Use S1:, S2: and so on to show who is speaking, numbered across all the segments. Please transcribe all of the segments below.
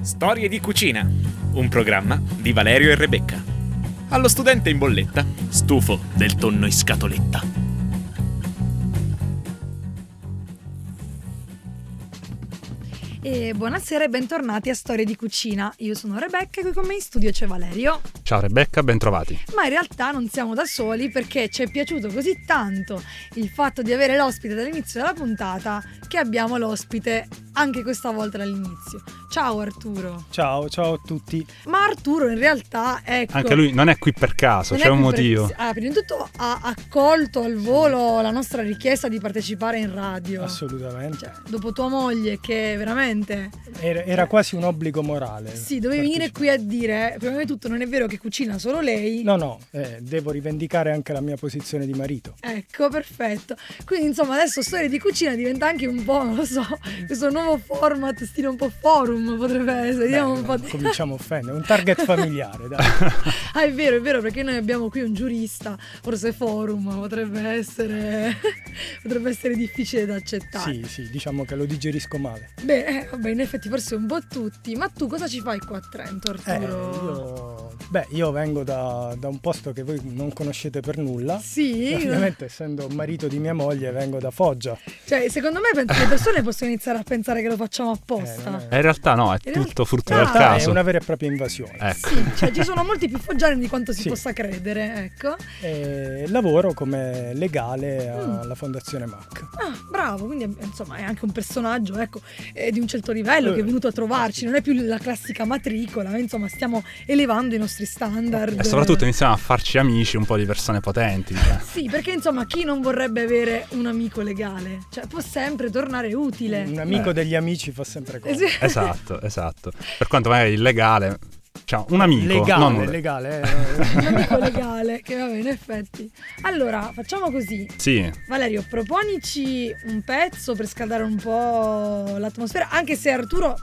S1: Storie di cucina, un programma di Valerio e Rebecca. Allo studente in bolletta, stufo del tonno in scatoletta.
S2: Eh,
S3: E buonasera e bentornati a Storie di Cucina. Io sono Rebecca e qui con me in studio c'è Valerio.
S2: Ciao Rebecca, bentrovati.
S3: Ma in realtà non siamo da soli perché ci è piaciuto così tanto il fatto di avere l'ospite dall'inizio della puntata che abbiamo l'ospite anche questa volta dall'inizio. Ciao Arturo.
S4: Ciao, ciao a tutti.
S3: Ma Arturo in realtà ecco,
S2: Anche lui non è qui per caso,
S3: non
S2: c'è
S3: è
S2: un
S3: qui per-
S2: motivo.
S3: Ah, prima di tutto ha accolto al volo la nostra richiesta di partecipare in radio.
S4: Assolutamente.
S3: Cioè, dopo tua moglie che veramente
S4: Era, era quasi un obbligo morale.
S3: Sì, dovevi venire qui a dire, prima di tutto non è vero che cucina solo lei.
S4: No, no, eh, devo rivendicare anche la mia posizione di marito.
S3: Ecco, perfetto. Quindi insomma adesso storia di cucina diventa anche un po', non lo so, questo nuovo format, stile un po' forum potrebbe essere.
S4: Beh,
S3: Vediamo un po'
S4: non
S3: di...
S4: cominciamo a offendere. Un target familiare, dai.
S3: Ah, è vero, è vero, perché noi abbiamo qui un giurista, forse forum, potrebbe essere, potrebbe essere difficile da accettare.
S4: Sì, sì, diciamo che lo digerisco male.
S3: Beh, eh, vabbè, in effetti forse un po' tutti. Ma tu cosa ci fai qua a Trento,
S4: Eh,
S3: Arturo?
S4: io, beh, io vengo da, da un posto che voi non conoscete per nulla.
S3: Sì,
S4: Ovviamente, essendo marito di mia moglie, vengo da Foggia.
S3: cioè secondo me penso che le persone possono iniziare a pensare che lo facciamo
S4: Eh, non
S3: apposta.
S4: è-
S2: Eh, In realtà no, è
S3: In realtà-
S2: tutto frutto
S3: Ah,
S2: del
S3: è
S4: Ah, è
S2: caso.
S4: una vera e propria invasione.
S2: Ecco.
S3: Sì, cioè ci sono molti più foggiani di quanto si
S4: Sì.
S3: possa credere, ecco.
S4: Eh, lavoro come legale
S3: Mm.
S4: alla Fondazione MAC.
S3: Ah, bravo, quindi eh, insomma è anche un personaggio, ecco, eh, di un certo livello
S4: Eh,
S3: che è venuto a trovarci, non è più la classica matricola, ma, insomma stiamo elevando i nostri standard.
S2: E soprattutto iniziamo a farci amici un po' di persone potenti. cioè.
S3: Sì, perché insomma chi non vorrebbe avere un amico legale? Cioè può sempre tornare utile.
S4: Un amico
S2: Eh.
S4: degli amici fa sempre
S3: Eh,
S4: comodo.
S3: sì.
S2: Esatto, esatto. Per quanto magari è illegale, diciamo, un amico.
S4: Legale,
S2: non un-
S4: legale. eh.
S3: Un amico legale, che vabbè, in effetti. Allora, facciamo così.
S2: Sì,
S3: Valerio, proponici un pezzo per scaldare un po' l'atmosfera, anche se Arturo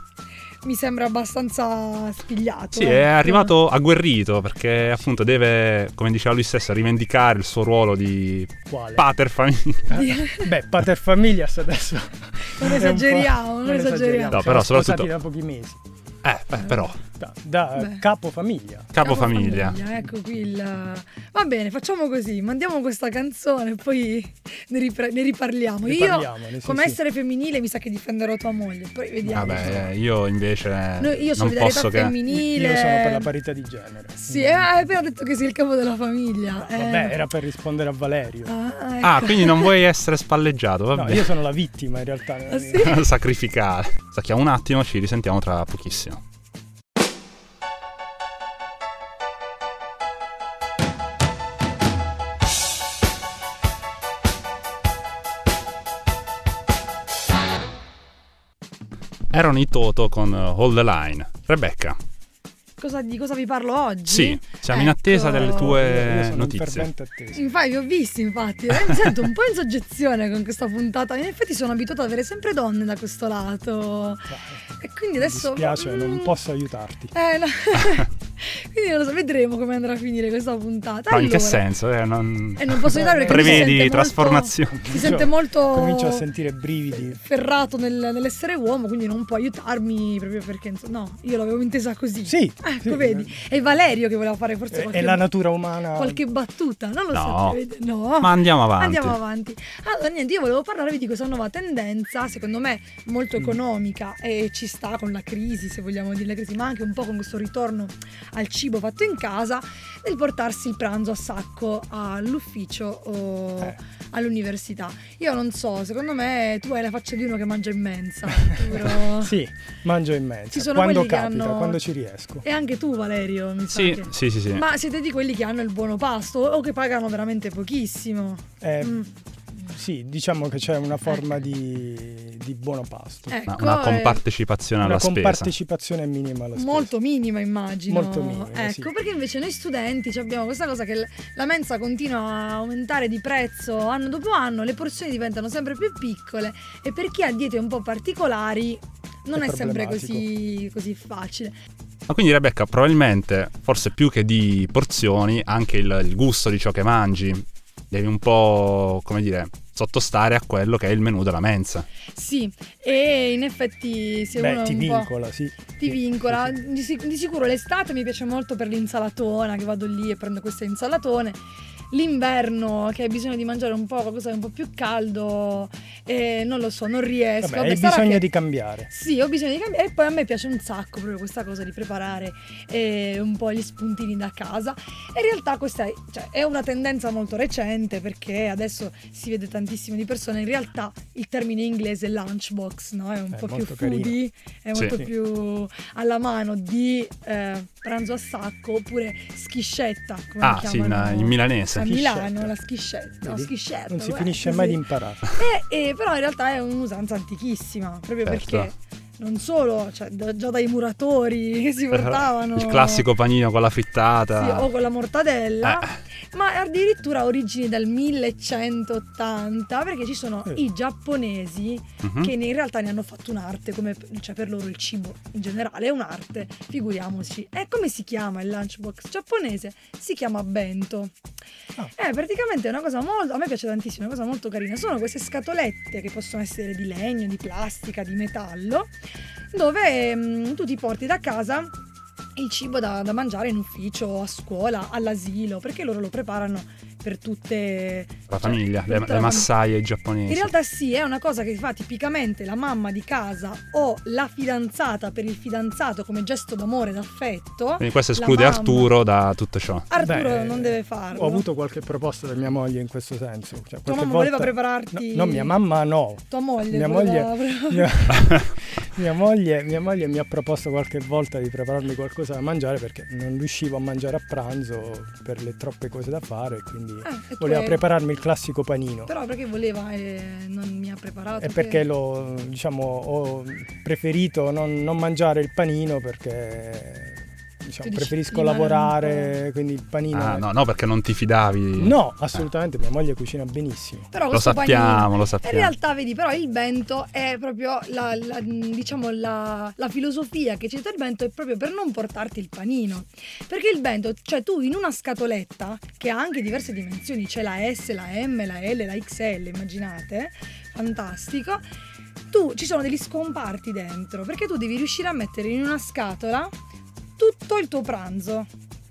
S3: mi sembra abbastanza spigliato. ecco.
S2: sì, è arrivato agguerrito perché appunto deve, come diceva lui stesso, rivendicare il suo ruolo di
S4: Quale?
S2: pater famiglia.
S4: Beh, pater familias adesso.
S3: Non
S4: è un po'-
S3: esageriamo, non esageriamo.
S2: No,
S4: Siamo
S2: però
S4: sposati
S2: soprattutto-
S4: da pochi mesi.
S2: Eh, beh, però,
S4: Da, da
S3: Beh.
S4: capo famiglia.
S2: capofamiglia.
S3: Ecco qui il... Va bene, facciamo così, mandiamo questa canzone e poi ne, ripra- ne riparliamo. Io,
S4: Riparliamone, sì,
S3: come
S4: sì.
S3: essere femminile, mi sa che difenderò tua moglie, poi vediamo.
S2: Vabbè, io invece
S3: Noi- io
S2: non posso
S3: solidarietà
S2: che...
S3: femminile.
S4: Io sono per la parità di genere. Mm.
S3: Sì, eh, hai appena detto che sei il capo della famiglia. eh.
S4: Vabbè, era per rispondere a Valerio.
S3: Ah, ecco.
S2: Ah, quindi non vuoi essere spalleggiato, va
S4: No,
S2: bene.
S4: io sono la vittima in realtà.
S3: Ah, sì?
S2: Sacrificare. Stacchiamo un attimo, ci risentiamo tra pochissimo. Erano i Toto con eh, Hold the Line. Rebecca,
S3: Cosa- di cosa vi parlo oggi?
S2: sì, siamo in
S3: Ecco.
S2: attesa delle
S4: Io- io
S2: tue
S4: sono
S2: notizie.
S4: fervente attesa.
S3: Infatti, vi ho visti, infatti. Eh, mi sento un po' in soggezione con questa puntata. In effetti sono abituata ad avere sempre donne da questo lato. E quindi adesso.
S4: Cioè, Mi dispiace,
S3: mm,
S4: non posso aiutarti.
S3: Eh, no. quindi non lo so, vedremo come andrà a finire questa puntata.
S2: No, in che
S3: Allora,
S2: senso? Eh, non-
S3: E non posso aiutare perché mi
S2: Prevedi
S3: sente molto-
S2: trasformazioni.
S3: si sente molto-
S4: Comincio a sentire brividi.
S3: Ferrato nel- nell'essere uomo, quindi non può aiutarmi proprio perché. insomma, No, io l'avevo intesa così.
S4: Sì,
S3: Ecco,
S4: sì. eh.
S3: vedi. È Valerio che voleva fare forse
S4: È,
S3: qualche,
S4: è la natura umana.
S3: qualche battuta. Non lo
S2: No.
S3: so. vedi? No.
S2: Ma andiamo avanti.
S3: Andiamo avanti. Allora, niente, io volevo parlarvi di questa nuova tendenza, secondo me molto
S4: Mm.
S3: economica e ci sta con la crisi, se vogliamo dire la crisi, ma anche un po' con questo ritorno al cibo fatto in casa, del portarsi il pranzo a sacco all'ufficio o
S4: Eh.
S3: all'università. Io non so, secondo me tu hai la faccia di uno che mangia in mensa, Arturo.
S4: Sì, mangio in mezzo.
S3: Ci sono
S4: quando
S3: quelli che
S4: capita,
S3: hanno-
S4: quando ci riesco.
S3: E anche tu, Valerio, mi sa
S2: Sì,
S3: che-
S2: sì, sì, sì.
S3: Ma siete di quelli che hanno il buono pasto o che pagano veramente pochissimo?
S4: Eh,
S3: Mm,
S4: Sì, diciamo che c'è una forma di, di buono pasto.
S2: Ma
S3: ecco,
S2: una
S3: eh,
S2: compartecipazione alla
S4: una
S2: spesa.
S4: compartecipazione minima alla spesa.
S3: Molto minima immagino.
S4: Molto minima,
S3: Ecco,
S4: sì.
S3: perché invece noi studenti ci abbiamo questa cosa che l- la mensa continua a aumentare di prezzo anno dopo anno, le porzioni diventano sempre più piccole e per chi ha diete un po' particolari non è,
S4: È
S3: sempre
S4: problematico.
S3: così, così facile.
S2: Ma quindi Rebecca, probabilmente, forse più che di porzioni, anche il, il gusto di ciò che mangi devi un po', come dire, sottostare a quello che è il menù della mensa.
S3: Sì, e in effetti se
S4: Beh,
S3: uno
S4: ti
S3: un po'
S4: vincola, sì.
S3: ti vincola, di, sic- di sicuro l'estate mi piace molto per l'insalatona, che vado lì e prendo queste insalatone. L'inverno che hai bisogno di mangiare un po' qualcosa di un po' più caldo, eh, non lo so, non riesco.
S4: Vabbè,
S3: Vabbè,
S4: hai
S3: sarà
S4: bisogno
S3: che-
S4: di cambiare.
S3: Sì, ho bisogno di cambiare e poi a me piace un sacco proprio questa cosa di preparare eh, un po' gli spuntini da casa. E in realtà questa è, cioè, è una tendenza molto recente perché adesso si vede tantissime di persone, in realtà il termine inglese lunchbox no? è un
S4: È
S3: po' più
S4: molto carino.
S3: foodie, è
S2: Sì.
S3: molto
S4: Sì.
S3: più alla mano di eh, pranzo a sacco oppure schiscetta, come
S2: ah,
S3: la
S2: sì, in,
S3: chiamano
S2: in milanese.
S3: a Milano,
S4: Schiscetta.
S3: la schiscetta, no,
S4: Vedi?
S3: schiscetta,
S4: Non si
S3: guarda,
S4: finisce
S3: Certo, sì.
S4: mai di imparare.
S3: E, e Eh, però in realtà è un'usanza antichissima, proprio
S2: Certo.
S3: perché non solo, cioè, da- già dai muratori che si portavano
S2: Il classico panino con la frittata.
S3: sì, o con la mortadella,
S2: Eh.
S3: ma addirittura origini dal 1180, perché ci sono
S4: Eh.
S3: i giapponesi
S2: Mhm.
S3: che in realtà ne hanno fatto un'arte, come cioè per loro il cibo in generale è un'arte, figuriamoci. E come si chiama il lunchbox giapponese? Si chiama bento.
S4: Ah.
S3: È praticamente una cosa molto, a me piace tantissimo, una cosa molto carina. Sono queste scatolette che possono essere di legno, di plastica, di metallo, dove mm, tu ti porti da casa il cibo da, da mangiare in ufficio, a scuola, all'asilo, perché loro lo preparano per tutte cioè,
S2: La famiglia,
S3: per
S2: le,
S3: tutta la
S2: le
S3: fam-
S2: massaie
S3: in
S2: giapponesi.
S3: realtà sì, è una cosa che fa tipicamente la mamma di casa o la fidanzata per il fidanzato come gesto d'amore, d'affetto.
S2: Quindi questo
S3: la
S2: esclude
S3: mamma.
S2: Arturo da tutto ciò.
S3: Arturo
S4: Beh,
S3: non deve farlo.
S4: Ho avuto qualche proposta da mia moglie in questo senso.
S3: Tua
S4: Cioè, qualche
S3: mamma
S4: volta-
S3: voleva prepararti...
S4: No, no, mia mamma no.
S3: Tua moglie.
S4: Mia
S3: voleva-
S4: Mia, mia moglie, mia moglie mi ha proposto qualche volta di prepararmi qualcosa da mangiare perché non riuscivo a mangiare a pranzo per le troppe cose da fare e quindi
S3: Eh, e tu
S4: voleva
S3: hai-
S4: prepararmi il classico panino.
S3: Però perché voleva e non mi ha preparato.
S4: E
S3: che-
S4: perché l'ho, diciamo, ho preferito non, non mangiare il panino perché diciamo,
S3: Tu dici,
S4: preferisco
S3: rimane un
S4: lavorare, quindi il panino... eh.
S2: Ah, no, no, perché non ti fidavi.
S4: No, assolutamente, mia moglie cucina benissimo.
S3: Però
S2: Lo
S3: questo panino-
S2: sappiamo, lo
S3: In
S2: sappiamo.
S3: realtà, vedi, però il bento è proprio la, la- diciamo la, la filosofia che c'è dietro il bento è proprio per non portarti il panino. Perché il bento, cioè tu in una scatoletta che ha anche diverse dimensioni, c'è la S, la M, la L, la XL, immaginate, fantastico. Tu ci sono degli scomparti dentro, perché tu devi riuscire a mettere in una scatola tutto il tuo pranzo.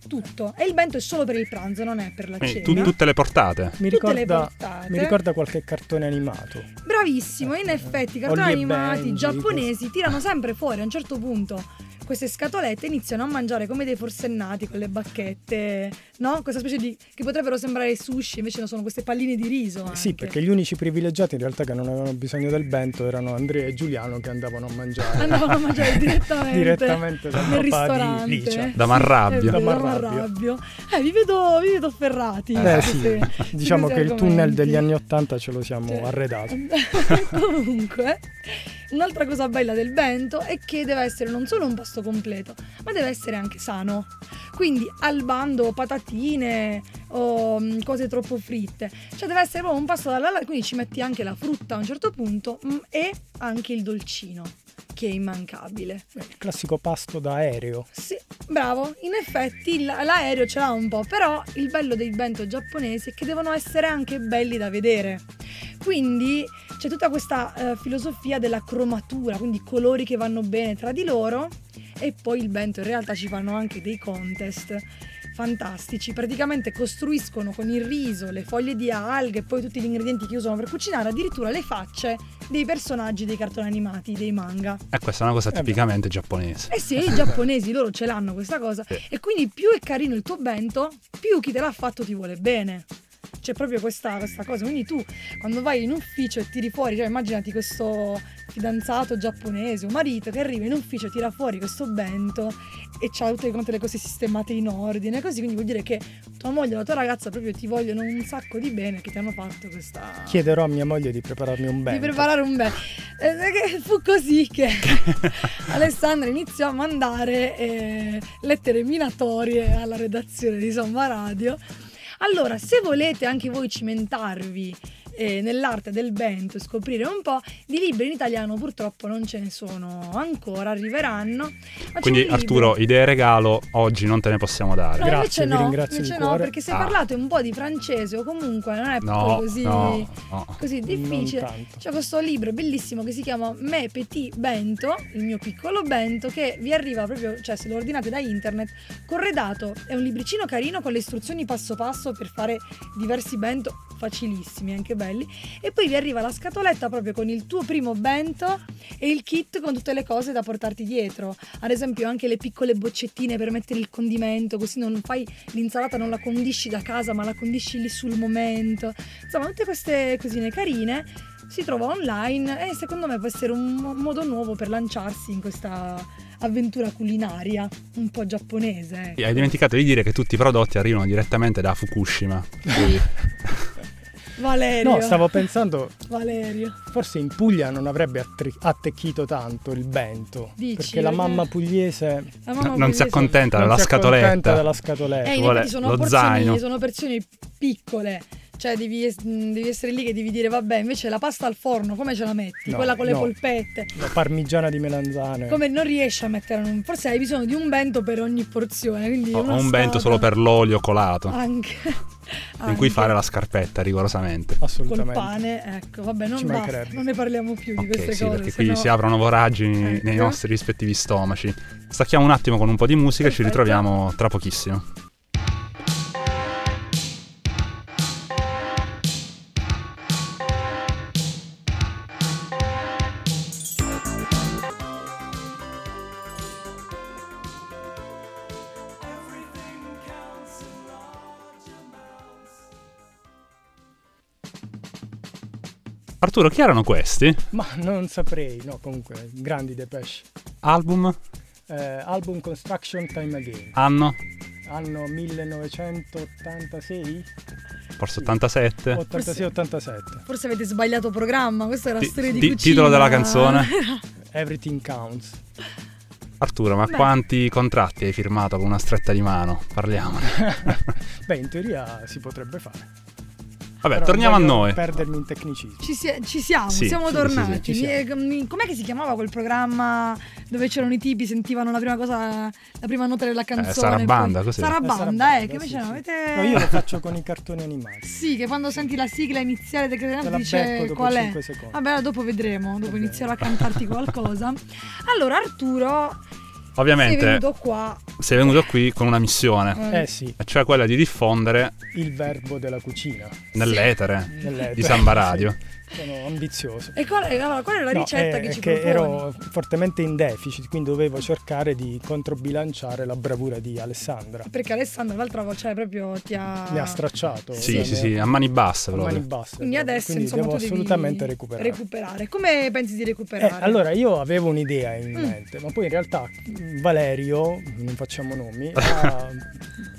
S3: Tutto. E il bento è solo per il pranzo, non è per la
S2: Quindi
S3: cena.
S2: tu- tutte le portate.
S4: Mi
S3: Tutte le
S4: Eh,
S3: eh?
S4: ricorda,
S3: portate.
S4: mi ricorda qualche cartone animato.
S3: Bravissimo, in effetti i cartoni
S4: Holly e
S3: animati
S4: Benji,
S3: giapponesi tirano sempre fuori a un certo punto queste scatolette e iniziano a mangiare come dei forsennati con le bacchette, no? Questa specie di... che potrebbero sembrare sushi, invece no, sono queste palline di riso. Anche.
S4: Sì, perché gli unici privilegiati in realtà che non avevano bisogno del bento erano Andrea e Giuliano che andavano a mangiare
S3: Andavano a mangiare direttamente.
S4: direttamente dal
S3: Nel
S4: papà
S3: ristorante
S4: di Licia.
S2: Da
S3: Sì,
S2: Marrabbio.
S3: è vero,
S4: Da
S3: da
S4: Marrabbio.
S3: Marrabbio. Eh, vi vedo, vi vedo afferrati.
S4: Beh,
S3: su
S4: Eh, sì,
S3: questi- su
S4: Diciamo
S3: questi
S4: che il tunnel
S3: argomenti.
S4: degli anni Ottanta ce lo siamo
S3: Cioè,
S4: arredato.
S3: Comunque, un'altra cosa bella del bento è che deve essere non solo un pasto completo, ma deve essere anche sano. Quindi al bando patatine o mm, cose troppo fritte. Cioè deve essere proprio un pasto dalla là, quindi ci metti anche la frutta a un certo punto mm, e anche il dolcino, che è immancabile.
S4: Il classico pasto da aereo.
S3: Sì, bravo, in effetti l- l'aereo ce l'ha un po', però il bello dei bento giapponesi è che devono essere anche belli da vedere. Quindi c'è tutta questa eh, filosofia della cromatura, quindi colori che vanno bene tra di loro e poi il bento in realtà ci fanno anche dei contest fantastici, praticamente costruiscono con il riso, le foglie di alghe e poi tutti gli ingredienti che usano per cucinare addirittura le facce dei personaggi dei cartoni animati, dei manga.
S2: E questa è una cosa
S4: beh.
S2: tipicamente giapponese.
S3: Eh sì, i giapponesi loro ce l'hanno questa cosa.
S2: Sì.
S3: E quindi più è carino il tuo bento, più chi te l'ha fatto ti vuole bene. C'è proprio questa, questa cosa. Quindi tu quando vai in ufficio e tiri fuori, cioè immaginati questo fidanzato giapponese o marito che arriva in ufficio e tira fuori questo bento e c'ha tutte quante le cose sistemate in ordine, così quindi vuol dire che tua moglie o la tua ragazza proprio ti vogliono un sacco di bene che ti hanno fatto questa.
S4: Chiederò a mia moglie di prepararmi un
S3: Di
S4: bento.
S3: preparare un bel. Eh, eh, fu così che Alessandra iniziò a mandare eh, lettere minatorie alla redazione di Somma Radio. Allora, se volete anche voi cimentarvi eh, nell'arte del bento e scoprire un po'. Di libri in italiano purtroppo non ce ne sono ancora, arriveranno. Ma c'è
S2: Quindi
S3: un libro-
S2: Arturo, idee regalo oggi non te ne possiamo dare.
S3: No,
S4: Grazie,
S3: invece
S4: vi
S3: no,
S4: ringrazio
S3: invece
S4: di
S3: no,
S4: cuore.
S3: perché se
S2: Ah.
S3: parlate un po' di francese o comunque non è proprio
S2: No,
S3: ecco, così,
S2: no, no.
S3: così
S4: difficile.
S3: difficile. C'è questo libro bellissimo che si chiama Me Petit Bento, il mio piccolo Bento, che vi arriva proprio, cioè se lo ordinate da internet, corredato. È un libricino carino con le istruzioni passo passo per fare diversi Bento facilissimi, anche belli. E poi vi arriva la scatoletta proprio con il tuo primo Bento e il kit con tutte le cose da portarti dietro. Ad esempio anche le piccole boccettine per mettere il condimento, così non fai l'insalata, non la condisci da casa, ma la condisci lì sul momento. Insomma, tutte queste cosine carine si trova online e secondo me può essere un mo- modo nuovo per lanciarsi in questa avventura culinaria un po' giapponese. ecco.
S2: Hai dimenticato di dire che tutti i prodotti arrivano direttamente da Fukushima.
S3: Valerio,
S4: No, stavo pensando,
S3: Valerio.
S4: forse in Puglia non avrebbe attri- attecchito tanto il bento.
S3: Dici,
S4: perché la
S3: perché-
S4: mamma pugliese
S3: La mamma
S2: No, non si
S3: pugliese-
S2: accontenta
S4: non
S2: della
S4: si accontenta
S2: scatoletta.
S4: della scatoletta.
S3: Eh, in
S2: vuole
S3: effetti sono
S2: lo zaino.
S3: porzioni, sono porzioni piccole. Cioè, devi, es- mh, devi essere lì che devi dire, vabbè, invece la pasta al forno, come ce la metti?
S4: No,
S3: Quella con le
S4: no.
S3: polpette.
S4: La parmigiana di melanzane.
S3: Eh. Come non riesci a mettere un... Forse hai bisogno di un bento per ogni porzione. Quindi
S2: Ho
S3: una
S2: un bento
S3: scatola.
S2: solo per l'olio colato,
S3: Anche.
S2: in cui
S3: Ah, anche.
S2: fare la scarpetta rigorosamente.
S3: col
S4: Assolutamente.
S3: pane, ecco, vabbè, non
S4: Ci
S3: basta,
S4: mancherebbe.
S3: non ne parliamo più di queste
S2: Ok, sì,
S3: cose.
S2: perché
S3: sennò-
S2: qui si aprono voragini
S3: Ecco.
S2: nei nostri rispettivi stomaci. Stacchiamo un attimo con un po' di musica e ci
S3: Perfetto.
S2: ritroviamo tra pochissimo. Arturo, chi erano questi?
S4: Ma non saprei, no, comunque, grandi Depeche.
S2: Album?
S4: Eh, album Construction Time Again,
S2: Anno?
S4: anno 1986?
S2: Forse 87?
S4: 86-87.
S3: Forse avete sbagliato programma, questa era
S2: Ti-
S3: storia di
S2: ti-
S3: cucina.
S2: titolo della canzone?
S4: Everything Counts.
S2: Arturo, ma
S3: Beh.
S2: quanti contratti hai firmato con una stretta di mano? Parliamone.
S4: Beh, in teoria si potrebbe fare.
S2: Vabbè,
S4: Però
S2: torniamo a
S4: non voglio
S2: noi.
S4: perdermi in tecnicismo.
S3: Ci, si- ci siamo,
S2: Sì,
S3: siamo
S2: sì,
S3: tornati.
S4: sì, sì, ci
S3: Mi- mi- Com'è che si chiamava quel programma dove c'erano i tipi, sentivano la prima cosa, la prima nota della canzone?
S2: Eh, Sarabanda,
S3: poi-
S2: cos'era?
S3: Sarabanda,
S4: Sarabanda,
S3: eh, che invece
S4: sì,
S3: non
S4: sì.
S3: avete...
S4: No, io lo faccio con i cartoni animati.
S3: Sì, che quando senti la sigla iniziale del
S4: Te
S3: credenza
S4: la becco
S3: dice
S4: dopo
S3: qual è.
S4: 5 secondi.
S3: Vabbè, allora dopo vedremo, dopo
S4: bene.
S3: inizierò a cantarti qualcosa. Allora, Arturo, sei
S2: Ovviamente
S3: venuto qua.
S2: sei venuto qui con una missione,
S4: Eh sì,
S2: e cioè quella di diffondere
S4: il verbo della cucina.
S2: nell'etere
S4: Nell'etere.
S2: di Samba Radio.
S4: Sì, sono ambizioso.
S3: E qual, e allora, qual è la
S4: No,
S3: ricetta
S4: è-
S3: che
S4: è
S3: ci
S4: che
S3: proponi?
S4: ero fortemente in deficit, quindi dovevo cercare di controbilanciare la bravura di Alessandra.
S3: Perché Alessandra l'altra voce cioè, proprio ti ha...
S4: Mi ha stracciato.
S2: Sì,
S4: cioè,
S2: sì,
S4: mi-
S2: sì, a mani basse
S4: a Mani
S2: proprio.
S4: basse.
S3: Quindi
S4: proprio.
S3: adesso
S4: Esatto, Quindi
S3: insomma
S4: devo
S3: tu devi
S4: assolutamente recuperare.
S3: recuperare. Come pensi di
S4: Eh,
S3: recuperare?
S4: allora io avevo un'idea in
S3: Mm.
S4: mente, ma poi in realtà mh, Valerio, non facciamo nomi, ha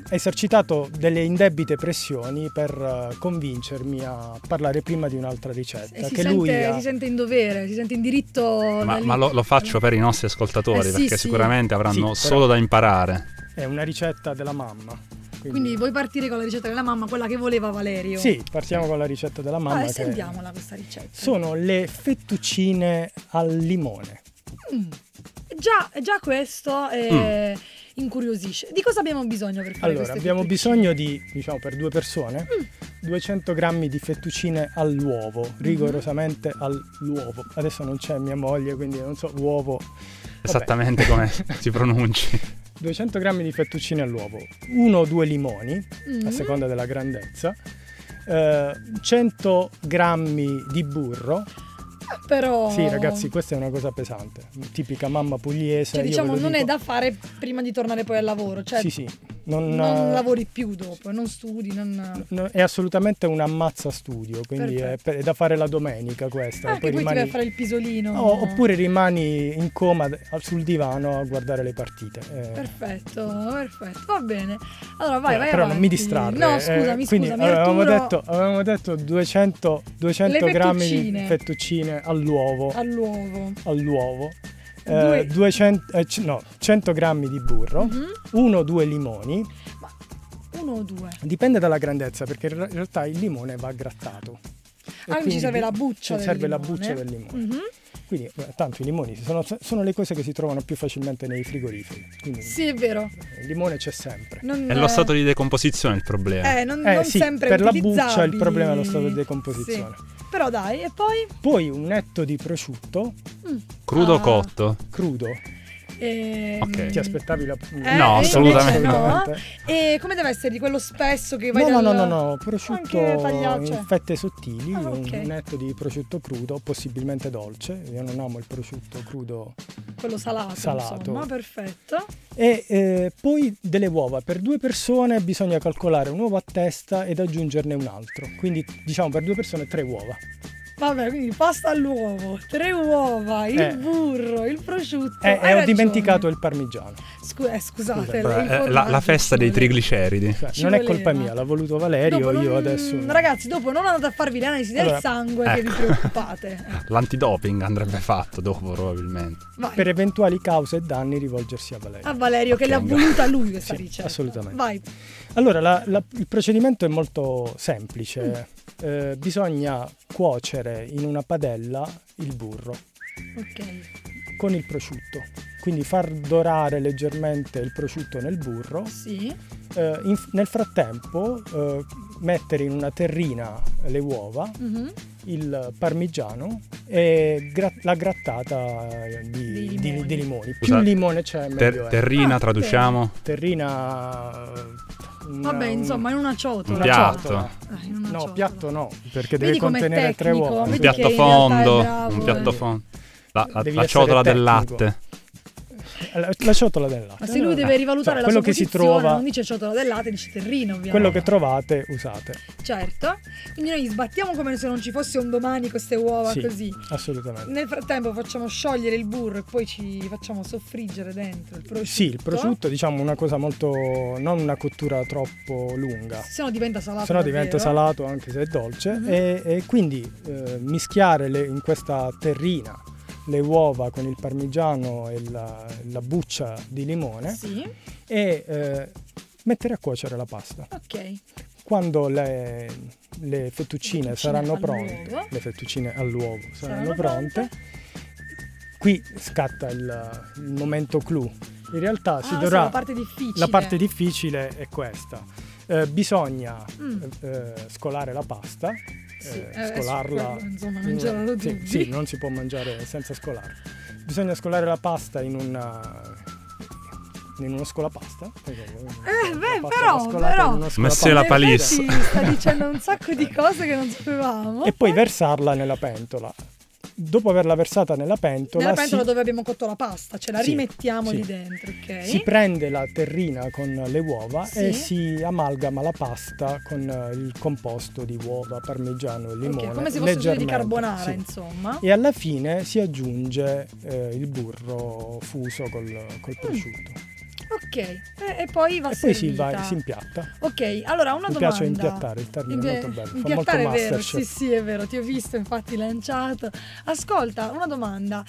S4: esercitato delle indebite pressioni per eh, convincermi a parlare prima di un'altra ricetta.
S3: Eh, si,
S4: che
S3: sente,
S4: lui ha-
S3: si sente in dovere, si sente in diritto. da
S2: Ma,
S3: lì.
S2: ma lo, lo faccio per i nostri ascoltatori
S3: Eh, sì,
S2: perché
S3: sì.
S2: sicuramente avranno
S4: Sì, però-
S2: solo da imparare.
S4: è una ricetta della mamma.
S3: Quindi vuoi partire con la ricetta della mamma, quella che voleva Valerio?
S4: Sì, partiamo con la ricetta della mamma.
S3: Vabbè,
S4: che
S3: sentiamola questa ricetta.
S4: Sono le fettuccine al limone.
S3: Mm. Già, già questo eh,
S2: Mm.
S3: incuriosisce. Di cosa abbiamo bisogno per fare
S4: Allora,
S3: queste
S4: abbiamo
S3: fettuccine? Mm.
S4: bisogno di, diciamo, per due persone, 200 grammi di fettuccine all'uovo,
S3: Mm-hmm.
S4: rigorosamente all'uovo. Adesso non c'è mia moglie, quindi non so, uovo. Vabbè,
S2: Esattamente come si pronunci.
S4: 200 grammi di fettuccine all'uovo, uno o due limoni,
S3: Mm.
S4: a seconda della grandezza, eh, 100 grammi di burro.
S3: Ah, Però...
S4: Sì, ragazzi, questa è una cosa pesante, tipica mamma pugliese.
S3: Cioè,
S4: io
S3: diciamo,
S4: ve lo
S3: non è
S4: dico.
S3: da fare prima di tornare poi al lavoro. Cioè,
S4: Sì, sì. Non,
S3: non
S4: eh,
S3: lavori più dopo, non studi, non...
S4: No, è assolutamente un ammazza studio, quindi è,
S3: Perfetto.
S4: per- è da fare la domenica questa.
S3: Ah, che
S4: poi
S3: poi ti vai a
S4: rimani-
S3: fare il pisolino.
S4: No, oppure rimani in coma d- al- sul divano a guardare le partite. eh.
S3: Perfetto, perfetto, va bene. Allora vai,
S4: Eh,
S3: vai
S4: però
S3: avanti.
S4: non mi distrarre.
S3: No,
S4: eh,
S3: scusami,
S4: quindi
S3: scusami,
S4: avevamo,
S3: Arturo,
S4: detto, avevamo detto 200, 200
S3: Le
S4: grammi di
S3: fettuccine.
S4: fettuccine all'uovo.
S3: all'uovo.
S4: all'uovo, eh,
S3: Due-
S4: 200 eh, c- no, 100 grammi di burro,
S3: Mhm.
S4: 1 o 2 limoni,
S3: Uno o due.
S4: dipende dalla grandezza perché in ra- in realtà il limone va grattato.
S3: Ah, quindi ci serve la buccia
S4: Ci
S3: del
S4: serve la
S3: limone.
S4: buccia del limone.
S3: Mhm.
S4: Quindi, eh, tanto i limoni sono, sono le cose che si trovano più facilmente nei frigoriferi. Quindi
S3: Sì, è vero.
S4: il limone c'è sempre.
S3: Non,
S2: È lo stato di decomposizione il problema.
S3: Eh, non,
S4: eh
S3: non
S4: sì,
S3: sempre
S4: per la buccia il
S3: utilizzabili.
S4: problema è lo stato di decomposizione.
S3: Sì. Però dai, e poi
S4: Poi un netto di prosciutto
S2: Crudo o
S3: Ah.
S2: cotto?
S4: crudo.
S3: ehm,
S2: Ok.
S4: Ti aspettavi la...
S3: Eh,
S2: No,
S3: invece
S2: assolutamente
S3: no. E come deve essere di quello spesso che vai
S4: No, no,
S3: dal...
S4: no, no, no, prosciutto
S3: Anche tagliato, cioè.
S4: in fette sottili,
S3: Ah, ok.
S4: un netto di prosciutto crudo, possibilmente dolce, io non amo il prosciutto crudo.
S3: quello salato,
S4: Salato.
S3: insomma, perfetto.
S4: E eh, poi delle uova, per due persone bisogna calcolare un uovo a testa ed aggiungerne un altro, quindi diciamo per due persone tre uova.
S3: Vabbè, quindi pasta all'uovo, tre uova, il
S4: Eh.
S3: burro, il prosciutto.
S4: E-
S3: Hai
S4: e ho
S3: ragione.
S4: dimenticato il parmigiano.
S3: Scu- eh, scusate, il
S4: Scusa.
S2: Eh,
S3: formaggio,
S2: la, la festa dei
S3: scusate.
S2: trigliceridi.
S4: Cioè,
S3: Ci
S4: non è colpa
S3: voleva.
S4: mia, l'ha voluto Valerio,
S3: Dopo
S4: io
S3: non-
S4: adesso...
S3: Ragazzi, dopo non andate a farvi l'analisi del
S4: Allora,
S3: sangue che vi
S2: ecco.
S3: preoccupate. Eh,
S2: L'antidoping andrebbe fatto dopo, probabilmente.
S3: Vai.
S4: Per eventuali cause e danni rivolgersi a Valerio.
S3: A Valerio che l'ha
S2: Ok.
S3: voluta lui questa
S4: Sì,
S3: ricetta.
S4: assolutamente.
S3: Vai.
S4: Allora, la- la- il procedimento è molto semplice. Eh, bisogna cuocere in una padella il burro
S3: Ok.
S4: con il prosciutto. Quindi far dorare leggermente il prosciutto nel burro.
S3: Ah, Sì.
S4: Eh, in- nel frattempo eh, mettere in una terrina le uova,
S3: Mhm.
S4: il parmigiano e gra- la grattata eh, di,
S3: Dei
S4: di- di
S3: limoni.
S4: limoni. Più
S2: Scusate,
S4: limone c'è,
S2: Esatto. Ter-
S4: meglio eh. è.
S2: terrina,
S3: Ah,
S2: traduciamo?
S4: terrina... eh, una-
S3: Vabbè,
S4: un-
S3: insomma, in una ciotola.
S2: Un
S4: una
S2: piatto.
S4: ciotola.
S3: Ah, in una
S4: No,
S3: ciotola.
S4: piatto no, perché
S3: Vedi
S4: deve
S3: com'è
S4: contenere tre
S3: tecnico, vedi
S4: uovo.
S2: Un
S3: che in
S2: piatto
S3: realtà è
S2: fondo.
S3: bravo,
S2: Un
S3: eh.
S2: piatto fondo. La, la-
S4: Devi
S2: la
S4: essere
S2: ciotola del
S4: tecnico.
S2: latte.
S4: Eh, La, la ciotola del latte.
S3: Ma se lui deve rivalutare
S4: Cioè,
S3: la sua
S4: quello che si
S3: posizione,
S4: trova-
S3: non dice ciotola del latte, dice terrino, ovviamente.
S4: Quello che trovate usate,
S3: Certo. Quindi noi sbattiamo come se non ci fosse un domani queste uova
S4: Sì.
S3: così.
S4: assolutamente.
S3: Nel frattempo facciamo sciogliere il burro e poi ci facciamo soffriggere dentro il prosciutto.
S4: Sì, il prosciutto diciamo una cosa molto... non una cottura troppo lunga.
S3: Se no diventa salato.
S4: Sennò diventa
S3: Ah, davvero.
S4: salato anche se è dolce
S3: Mhm.
S4: e, e quindi eh, mischiare le- in questa terrina le uova con il parmigiano e la, la buccia di limone
S3: Sì,
S4: e eh, mettere a cuocere la pasta.
S3: ok.
S4: Quando le, le fettuccine
S3: Fettuccine
S4: saranno
S3: all'uovo.
S4: pronte, le fettuccine all'uovo saranno,
S3: Saranno
S4: pronte, Ah, qui scatta il, il momento clou. In realtà
S3: Ah,
S4: si
S3: sì,
S4: dovrà.
S3: la parte difficile.
S4: la parte difficile è questa. Eh, bisogna
S3: Mm.
S4: eh, scolare la pasta,
S3: Sì,
S4: eh,
S3: eh,
S4: scolarla.
S3: quello, insomma,
S4: in
S3: non
S4: una-
S3: c'erano
S4: sì,
S3: dubbi.
S4: sì, non si può mangiare senza scolare. Bisogna scolare la pasta in una. In uno scolapasta.
S3: Eh, beh,
S4: La pasta va
S3: però,
S4: scolata
S3: però. Eh,
S4: in uno
S2: Ma se
S4: scolapasta.
S2: la
S3: In
S2: palissa.
S3: effetti Sta dicendo un sacco di cose che non sapevamo.
S4: e poi versarla nella pentola. Dopo averla versata nella pentola,
S3: Nella pentola
S4: si,
S3: dove abbiamo cotto la pasta, ce la
S4: Sì,
S3: rimettiamo
S4: sì.
S3: lì dentro, ok?
S4: si prende la terrina con le uova
S3: Sì.
S4: e si amalgama la pasta con eh, il composto di uova, parmigiano e
S3: Ok,
S4: limone.
S3: come se fosse un giro di
S4: leggermente,
S3: carbonara,
S4: sì.
S3: insomma.
S4: E alla fine si aggiunge eh, il burro fuso col, col
S3: Mm.
S4: prosciutto.
S3: Ok, e, e poi va
S4: e poi si,
S3: servita.
S4: va, si impiatta.
S3: Ok, allora Ah, una
S4: Mi
S3: domanda.
S4: piace impiattare, il termine è
S3: Impia-
S4: molto bello. Fa molto
S3: Impiattare è vero, sì
S4: masterchef.
S3: sì è vero, ti ho visto infatti lanciato. Ascolta, una domanda.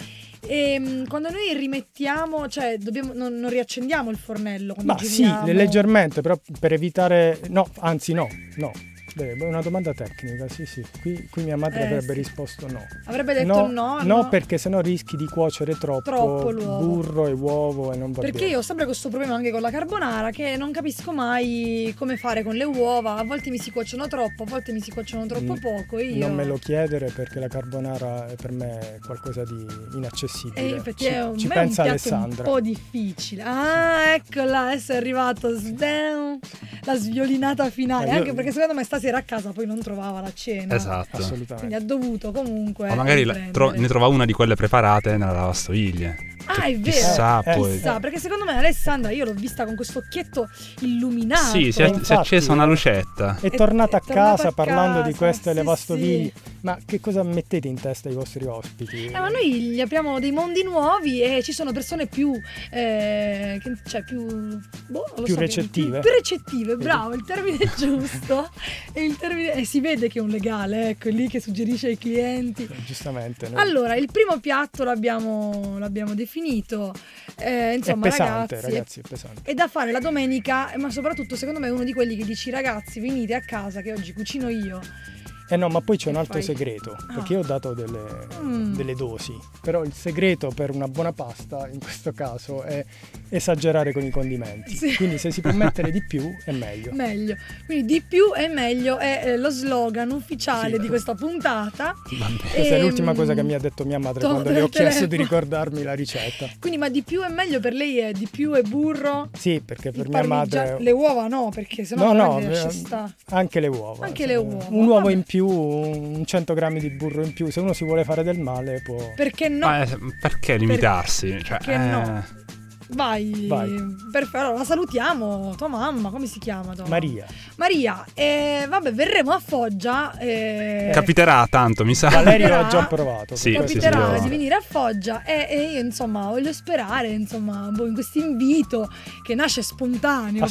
S3: Ehm, quando noi rimettiamo, cioè dobbiamo, non, non riaccendiamo il fornello quando
S4: Ma sì,
S3: giriamo?
S4: leggermente, però per evitare... No, anzi no, no. Beh, È una domanda tecnica, sì sì. Qui, qui mia madre
S3: Eh, sì.
S4: avrebbe risposto no.
S3: Avrebbe detto no,
S4: no, perché sennò rischi di cuocere troppo,
S3: Troppo l'uovo.
S4: burro e uovo e non va
S3: Perché
S4: bene.
S3: io ho sempre questo problema anche con la carbonara che non capisco mai come fare con le uova, a volte mi si cuociono troppo, a volte mi si cuociono troppo
S4: Mm,
S3: poco e io
S4: Non me lo chiedere perché la carbonara è per me qualcosa di inaccessibile.
S3: E Eh, infatti
S4: ci,
S3: è un,
S4: ci
S3: ma è un
S4: pensa
S3: piatto
S4: Alessandra.
S3: un po' difficile. Ah, eccola, adesso è arrivato sdem, la sviolinata finale.
S4: Ma Eh, io-
S3: Anche perché secondo me stasera a casa poi non trovava la cena.
S2: Esatto.
S3: Quindi
S4: Assolutamente.
S3: ha dovuto comunque.
S2: O magari la-
S3: riprendere.
S2: tro- ne trova una di quelle preparate nella lavastoviglie. Cioè,
S3: Ah, è vero.
S2: Chissà
S4: Eh,
S2: poi.
S3: Chissà, perché secondo me Alessandra io l'ho vista con questo occhietto
S4: Eh,
S3: illuminato.
S2: Sì, si
S4: Ma
S2: è, si è
S4: infatti-
S2: accesa una lucetta.
S4: È
S3: È-
S4: tornata
S3: è
S4: a casa
S3: tornata a
S4: parlando di
S3: casa,
S4: queste
S3: sì,
S4: levastoviglie. Ma che cosa mettete in testa ai vostri ospiti?
S3: Eh, ma noi gli apriamo dei mondi nuovi e ci sono persone più, eh, che- cioè più, boh, non lo
S4: Più
S3: so,
S4: recettive.
S3: Più, più recettive, bravo, il termine è giusto. e il termine, e si vede che è un legale, ecco, lì che suggerisce ai clienti.
S4: Giustamente. noi-
S3: Allora, il primo piatto l'abbiamo, l'abbiamo definito, eh,
S4: è
S3: insomma
S4: pesante,
S3: ragazzi,
S4: ragazzi, è pesante.
S3: è da fare la domenica, ma soprattutto secondo me è uno di quelli che dici ragazzi venite a casa che oggi cucino io.
S4: Eh no, ma poi c'è un altro
S3: Poi-
S4: segreto,
S3: Ah.
S4: perché io ho dato delle,
S3: Mm.
S4: delle dosi, però il segreto per una buona pasta in questo caso è esagerare con i condimenti,
S3: Sì.
S4: quindi se si può mettere di più è meglio.
S3: Meglio. Quindi di più è meglio è eh, lo slogan ufficiale
S4: Sì.
S3: di questa puntata.
S4: Questa è
S3: Ehm,
S4: l'ultima cosa che mi ha detto mia madre
S3: to-
S4: quando
S3: del
S4: le ho chiesto di
S3: telefono.
S4: ricordarmi la ricetta.
S3: Quindi ma di più è meglio per lei è di più è burro,
S4: Sì, perché per
S3: il
S4: mia
S3: parmigiano,
S4: madre...
S3: le uova no, perché sennò
S4: No, no,
S3: guarda,
S4: eh,
S3: ci sta.
S4: anche le uova.
S3: Anche
S4: se-
S3: le uova,
S4: Un uovo
S3: vabbè.
S4: in più, un 100 grammi di burro in più, se uno si vuole fare del male può...
S3: Perché no?
S2: Ma eh, perché limitarsi? Cioè,
S3: Perché no? Vai.
S4: Vai.
S3: Perfetto, allora la salutiamo, tua mamma, come si chiama? tua mamma?
S4: Maria,
S3: Maria, eh, vabbè, verremo a Foggia. eh,
S2: eh, capiterà tanto, mi sa.
S3: Vale-
S4: Valerio
S3: capiterà-
S4: ha già provato.
S2: Sì,
S4: per questo si
S3: capiterà
S4: può-
S3: di venire a Foggia e, e io insomma voglio sperare insomma boh, in questo invito che nasce spontaneo perché io non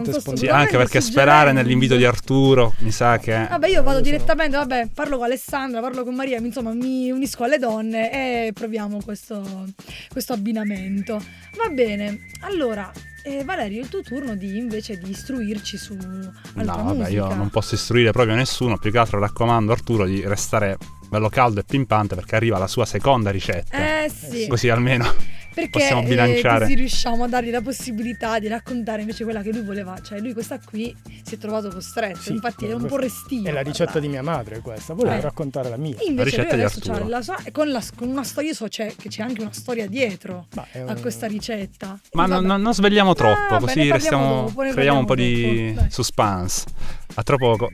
S4: Assolutamente
S3: sto
S4: spontaneo.
S2: Sì, anche perché sperare nell'invito di Arturo, mi sa che...
S3: Vabbè, io vado
S4: Io sono-
S3: direttamente, vabbè, parlo con Alessandra, parlo con Maria, insomma, mi unisco alle donne e proviamo questo, questo abbinamento. Va bene, allora, eh, Valerio, il tuo turno di invece di istruirci su altra
S2: No,
S3: musica.
S2: vabbè, io non posso istruire proprio nessuno, più che altro raccomando a Arturo di restare bello caldo e pimpante perché arriva la sua seconda ricetta.
S3: Eh sì,
S4: sì.
S2: Così almeno
S3: perché
S2: possiamo
S3: eh,
S2: bilanciare.
S3: così riusciamo a dargli la possibilità di raccontare invece quella che lui voleva, cioè lui questa qui si è trovato costretto,
S4: Sì, eh,
S3: infatti è un po'
S4: questa-
S3: restio.
S4: È la ricetta di mia madre questa, volevo
S3: Eh.
S4: raccontare la mia.
S3: E invece lui
S2: ricetta di
S3: adesso c'ha
S2: Arturo.
S3: la sua, e con, la, con una storia, io so c'è- che c'è anche una storia dietro.
S4: Ma è
S3: a
S4: un-
S3: questa ricetta.
S2: Ma
S3: Vabbè.
S2: non, non- non svegliamo
S3: Esatto. No,
S2: troppo,
S3: vabbè, ne
S2: così
S3: parliamo
S2: restiamo,
S3: dopo, ne
S2: creiamo un po'
S3: parliamo
S2: di
S3: dopo, dai.
S2: suspense. A tra poco.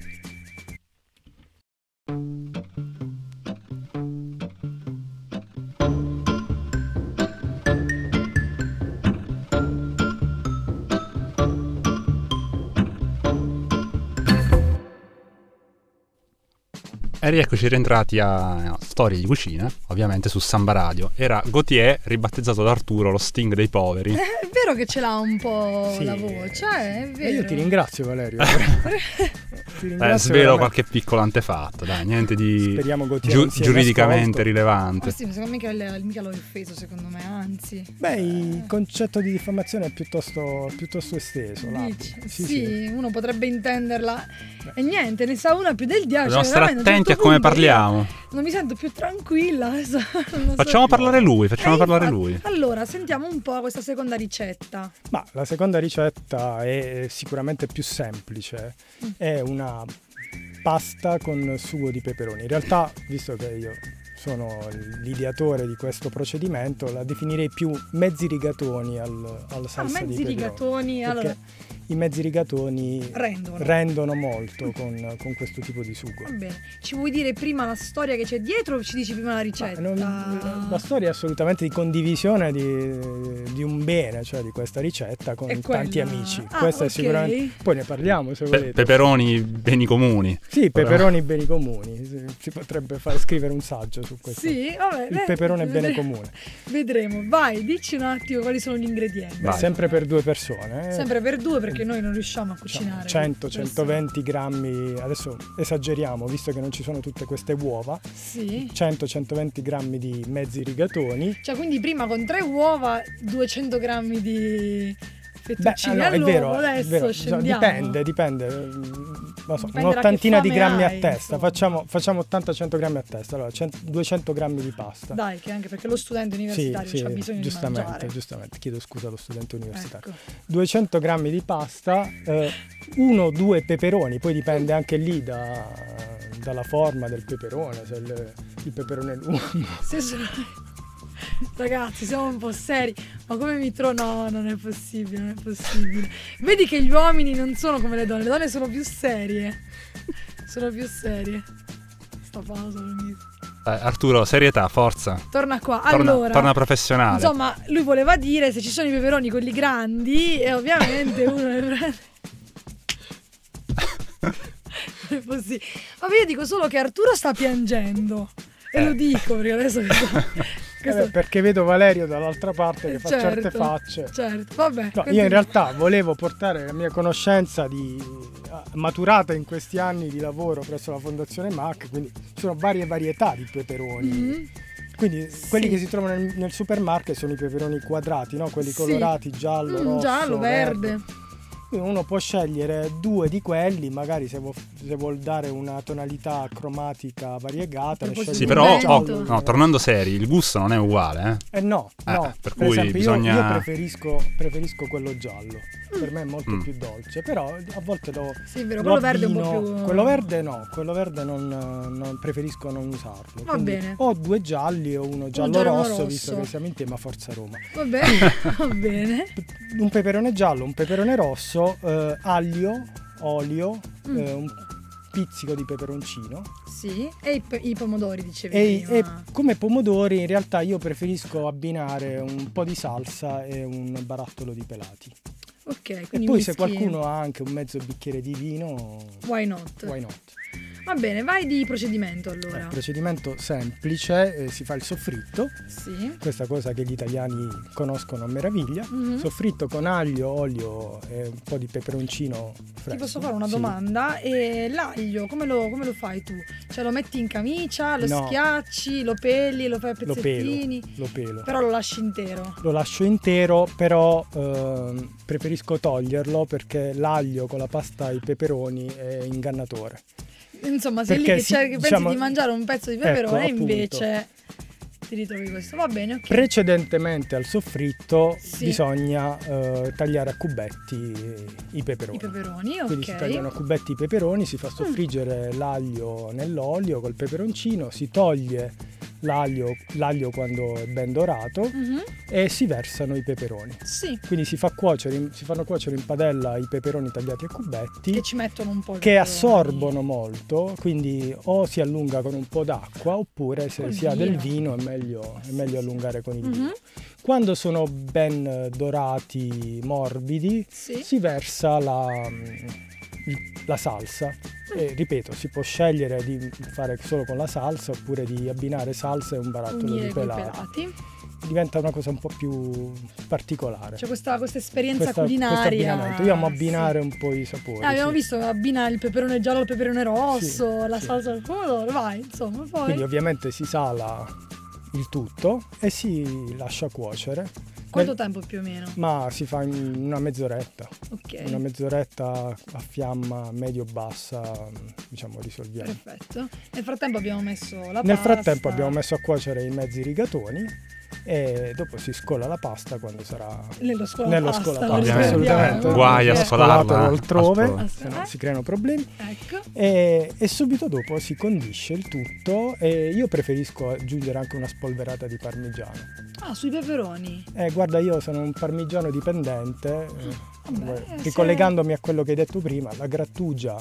S2: E rieccoci rientrati a Storie di cucina, ovviamente su Samba Radio. Era Gautier, ribattezzato da Arturo, lo Sting dei poveri.
S3: È vero che ce l'ha un po'
S4: Sì,
S3: la voce,
S4: sì.
S3: eh, è
S4: E
S3: vero.
S4: io ti ringrazio Valerio. ti
S2: Eh,
S4: ringrazio
S2: svelo
S4: veramente.
S2: qualche piccolo antefatto, dai, niente di
S4: Speriamo Gautier
S2: giu-
S4: non sia Ah, in
S2: giuridicamente
S4: ascolto.
S3: Ma
S2: rilevante.
S3: sì, secondo me mica, l- mica l'ho offeso, secondo me, anzi.
S4: Beh, il concetto di diffamazione è piuttosto, piuttosto esteso. là.
S3: Dici? Sì, uno potrebbe intenderla. E niente, ne sa una più del 10.
S4: cioè,
S2: Dobbiamo stare attenti a come
S4: eh,
S2: parliamo.
S3: Non mi sento più tranquilla. adesso, non so
S2: Facciamo
S3: più.
S2: parlare lui, facciamo
S3: Eh,
S2: parlare
S3: infatti.
S2: lui.
S3: Allora, sentiamo un po' questa seconda ricetta.
S4: Ma la seconda ricetta è sicuramente più semplice,
S3: Mm.
S4: è una pasta con sugo di peperoni. In realtà, visto che io sono l'ideatore di questo procedimento, la definirei più mezzi rigatoni al, alla
S3: Ah,
S4: salsa di
S3: mezzi
S4: peperoni.
S3: rigatoni, allora,
S4: Perché i mezzi rigatoni
S3: rendono.
S4: rendono molto con, con questo tipo di sugo.
S3: Va bene. Ci vuoi dire prima la storia che c'è dietro o ci dici prima la
S4: Ma
S3: ricetta?
S4: non- la storia è assolutamente di condivisione di, di un bene, cioè di questa ricetta con
S3: È
S4: tanti
S3: quella.
S4: amici.
S3: Ah,
S4: Questa
S3: ok.
S4: è sicuramente. Poi ne parliamo se
S2: Pe-
S4: volete.
S2: peperoni, beni comuni.
S4: Sì, peperoni beni comuni. Si- Si potrebbe fare, scrivere un saggio su questo.
S3: Sì, vabbè.
S4: Il
S3: beh,
S4: peperone è bene
S3: vedre-
S4: comune.
S3: Vedremo. Vai, dici un attimo quali sono gli ingredienti.
S2: Vai.
S4: Sempre per due persone. eh.
S3: Sempre per due perché noi non riusciamo a
S4: Diciamo,
S3: cucinare.
S4: 100-120 grammi, adesso esageriamo visto che non ci sono tutte queste uova,
S3: Sì.
S4: 100-120 grammi di mezzi rigatoni,
S3: Cioè, quindi prima con tre uova, 200 grammi di
S4: Beh,
S3: fettuccine
S4: allora, è
S3: all'uovo.
S4: vero, è
S3: Cioè, Adesso
S4: vero. Bisogna-
S3: scendiamo.
S4: dipende, dipende, eh, non so,
S3: Dipende da
S4: un'ottantina
S3: che
S4: di
S3: fame
S4: grammi
S3: hai,
S4: a testa,
S3: insomma.
S4: facciamo, facciamo 80-100 grammi a testa, allora 100 200 grammi di pasta.
S3: Dai, che anche perché lo studente
S4: sì,
S3: universitario
S4: sì,
S3: ha bisogno
S4: giustamente,
S3: di mangiare.
S4: giustamente, chiedo scusa allo studente universitario.
S3: Ecco.
S4: 200 grammi di pasta, eh, uno o due peperoni, poi dipende anche lì da- dalla forma del peperone, se il, il peperone è lungo.
S3: Se sono- Ragazzi, siamo un po' seri, ma come mi trovo? No, non è possibile, non è possibile. Vedi che gli uomini non sono come le donne, le donne sono più serie. Sono più serie. Sta pausa, mi-
S2: Dai, Eh, Arturo, serietà, forza.
S3: torna qua.
S2: Torna,
S3: allora,
S2: torna professionale.
S3: insomma, lui voleva dire se ci sono i peperoni quelli grandi e ovviamente uno ne prende. Non è possibile. Vabbè, io dico solo che Arturo sta piangendo. E lo dico perché adesso questo- questo-
S4: Eh, perché vedo Valerio dall'altra parte che fa
S3: Certo,
S4: certe facce.
S3: Certo, vabbè.
S4: No, io
S3: continua.
S4: in realtà volevo portare la mia conoscenza di, maturata in questi anni di lavoro presso la Fondazione MAC, quindi ci sono varie varietà di peperoni.
S3: Mhm.
S4: Quindi quelli
S3: Sì.
S4: che si trovano nel, nel supermarket sono i peperoni quadrati, no? quelli
S3: Sì.
S4: colorati, giallo,
S3: Mm,
S4: rosso,
S3: giallo, verde.
S4: Quindi uno può scegliere due di quelli, magari se vuol, se vuol dare una tonalità cromatica variegata. ne
S3: Sì,
S4: sceglie
S2: Sì,
S4: uno
S2: però, oh,
S4: giallo,
S2: no,
S4: uno-
S2: tornando seri, il gusto non è uguale, eh.
S4: Eh no,
S2: Eh,
S4: no.
S2: per
S4: Per,
S2: cui
S4: esempio, io-
S2: bisogna-
S4: io, preferisco, preferisco quello giallo. Per me è molto
S2: Mm.
S4: più dolce, però a volte lo,
S3: Sì, è vero,
S4: lo
S3: quello verde è un po'
S4: abbino-
S3: più.
S4: Quello verde no, quello verde non, non- preferisco non usarlo.
S3: Va
S4: Quindi
S3: bene.
S4: O due gialli o uno giallo
S3: giallo
S4: rosso,
S3: rosso.
S4: visto che siamo in tema Forza Roma.
S3: Va bene, va bene.
S4: Un peperone giallo, un peperone rosso, eh, aglio, olio,
S3: Mm.
S4: eh, un pizzico di peperoncino
S3: Sì, e i, pe- i pomodori dicevi
S4: e, e
S3: prima.
S4: come pomodori in realtà io preferisco abbinare un po' di salsa e un barattolo di pelati.
S3: Ok,
S4: E
S3: quindi
S4: poi se
S3: mischi-
S4: qualcuno ha anche un mezzo bicchiere di vino,
S3: Why not?
S4: why not? Ecco, Eh,
S3: Va bene, vai di procedimento
S4: Il
S3: allora.
S4: procedimento semplice, eh, si fa il soffritto,
S3: Sì.
S4: questa cosa che gli italiani conoscono a meraviglia.
S3: Mhm.
S4: Soffritto con aglio, olio e un po' di peperoncino fresco.
S3: Ti posso fare una
S4: Sì.
S3: domanda? E l'aglio, come lo, come lo fai tu? Cioè lo metti in camicia, lo
S4: No.
S3: schiacci, lo peli, lo fai a
S4: Lo
S3: pezzettini,
S4: pelo, lo pelo.
S3: però lo lasci intero.
S4: Lo lascio intero, però ehm, preferisco toglierlo perché l'aglio con la pasta ai peperoni è ingannatore.
S3: Insomma, sei lì
S4: Perché
S3: che,
S4: sì,
S3: c'è- che pensi
S4: diciamo-
S3: di mangiare un pezzo di
S4: Ecco,
S3: peperone e
S4: appunto.
S3: invece ti ritrovi questo. Va bene, ok.
S4: Precedentemente al soffritto
S3: Sì.
S4: bisogna eh, tagliare a cubetti eh, i peperoni.
S3: I peperoni,
S4: Quindi si tagliano a
S3: ok. Mm.
S4: cubetti i peperoni, si fa soffriggere l'aglio nell'olio col peperoncino, si toglie l'aglio, l'aglio quando è ben dorato
S3: Mhm,
S4: e si versano i peperoni.
S3: Sì,
S4: Quindi si, fa cuocere in- si fanno cuocere in padella i peperoni tagliati a cubetti
S3: che ci mettono un po' di
S4: che
S3: peperoni.
S4: assorbono molto, quindi o si allunga con un po' d'acqua oppure se
S3: Col
S4: si ha del
S3: vino.
S4: vino è meglio, è meglio allungare con il
S3: Mhm,
S4: vino. Quando sono ben eh, dorati, morbidi,
S3: Sì.
S4: si versa la, mm, la salsa. E, ripeto, si può scegliere di fare solo con la salsa oppure di abbinare salsa e un barattolo
S3: Unire
S4: di
S3: coi
S4: pelati.
S3: pelati.
S4: Diventa una cosa un po' più particolare.
S3: C'è Cioè, questa, questa esperienza
S4: Questa- questo
S3: culinaria.
S4: abbinamento. Io amo
S3: Sì.
S4: abbinare un po' i sapori.
S3: Eh, abbiamo
S4: sì.
S3: visto che abbina il peperone giallo al peperone rosso,
S4: Sì,
S3: la
S4: sì.
S3: salsa al pomodoro, vai, insomma, poi
S4: Quindi ovviamente si sala il tutto e si lascia cuocere.
S3: quanto
S4: Nel-
S3: tempo più o meno?
S4: Ma si fa in una mezz'oretta.
S3: Ok.
S4: Una mezz'oretta a fiamma medio-bassa, diciamo, risolviamo.
S3: Perfetto. Nel frattempo abbiamo messo la
S4: Nel
S3: pasta.
S4: frattempo abbiamo messo a cuocere i mezzi rigatoni e dopo si scola la pasta quando sarà
S3: nello scola
S4: nello
S3: pasta,
S4: scolapasta.
S3: lo
S2: Ovviamente,
S3: ricordiamo.
S2: eh, guai a
S3: Ok,
S2: scola-
S4: Scolato
S2: scolarla
S4: altrove,
S2: altrove.
S4: se no si creano problemi.
S3: Ecco.
S4: E, e subito dopo si condisce il tutto e io preferisco aggiungere anche una spolverata di parmigiano.
S3: Ah, sui peperoni.
S4: Eh, guarda, io sono un parmigiano dipendente. eh,
S3: Vabbè,
S4: eh,
S3: se-
S4: ricollegandomi a quello che hai detto prima, la grattugia,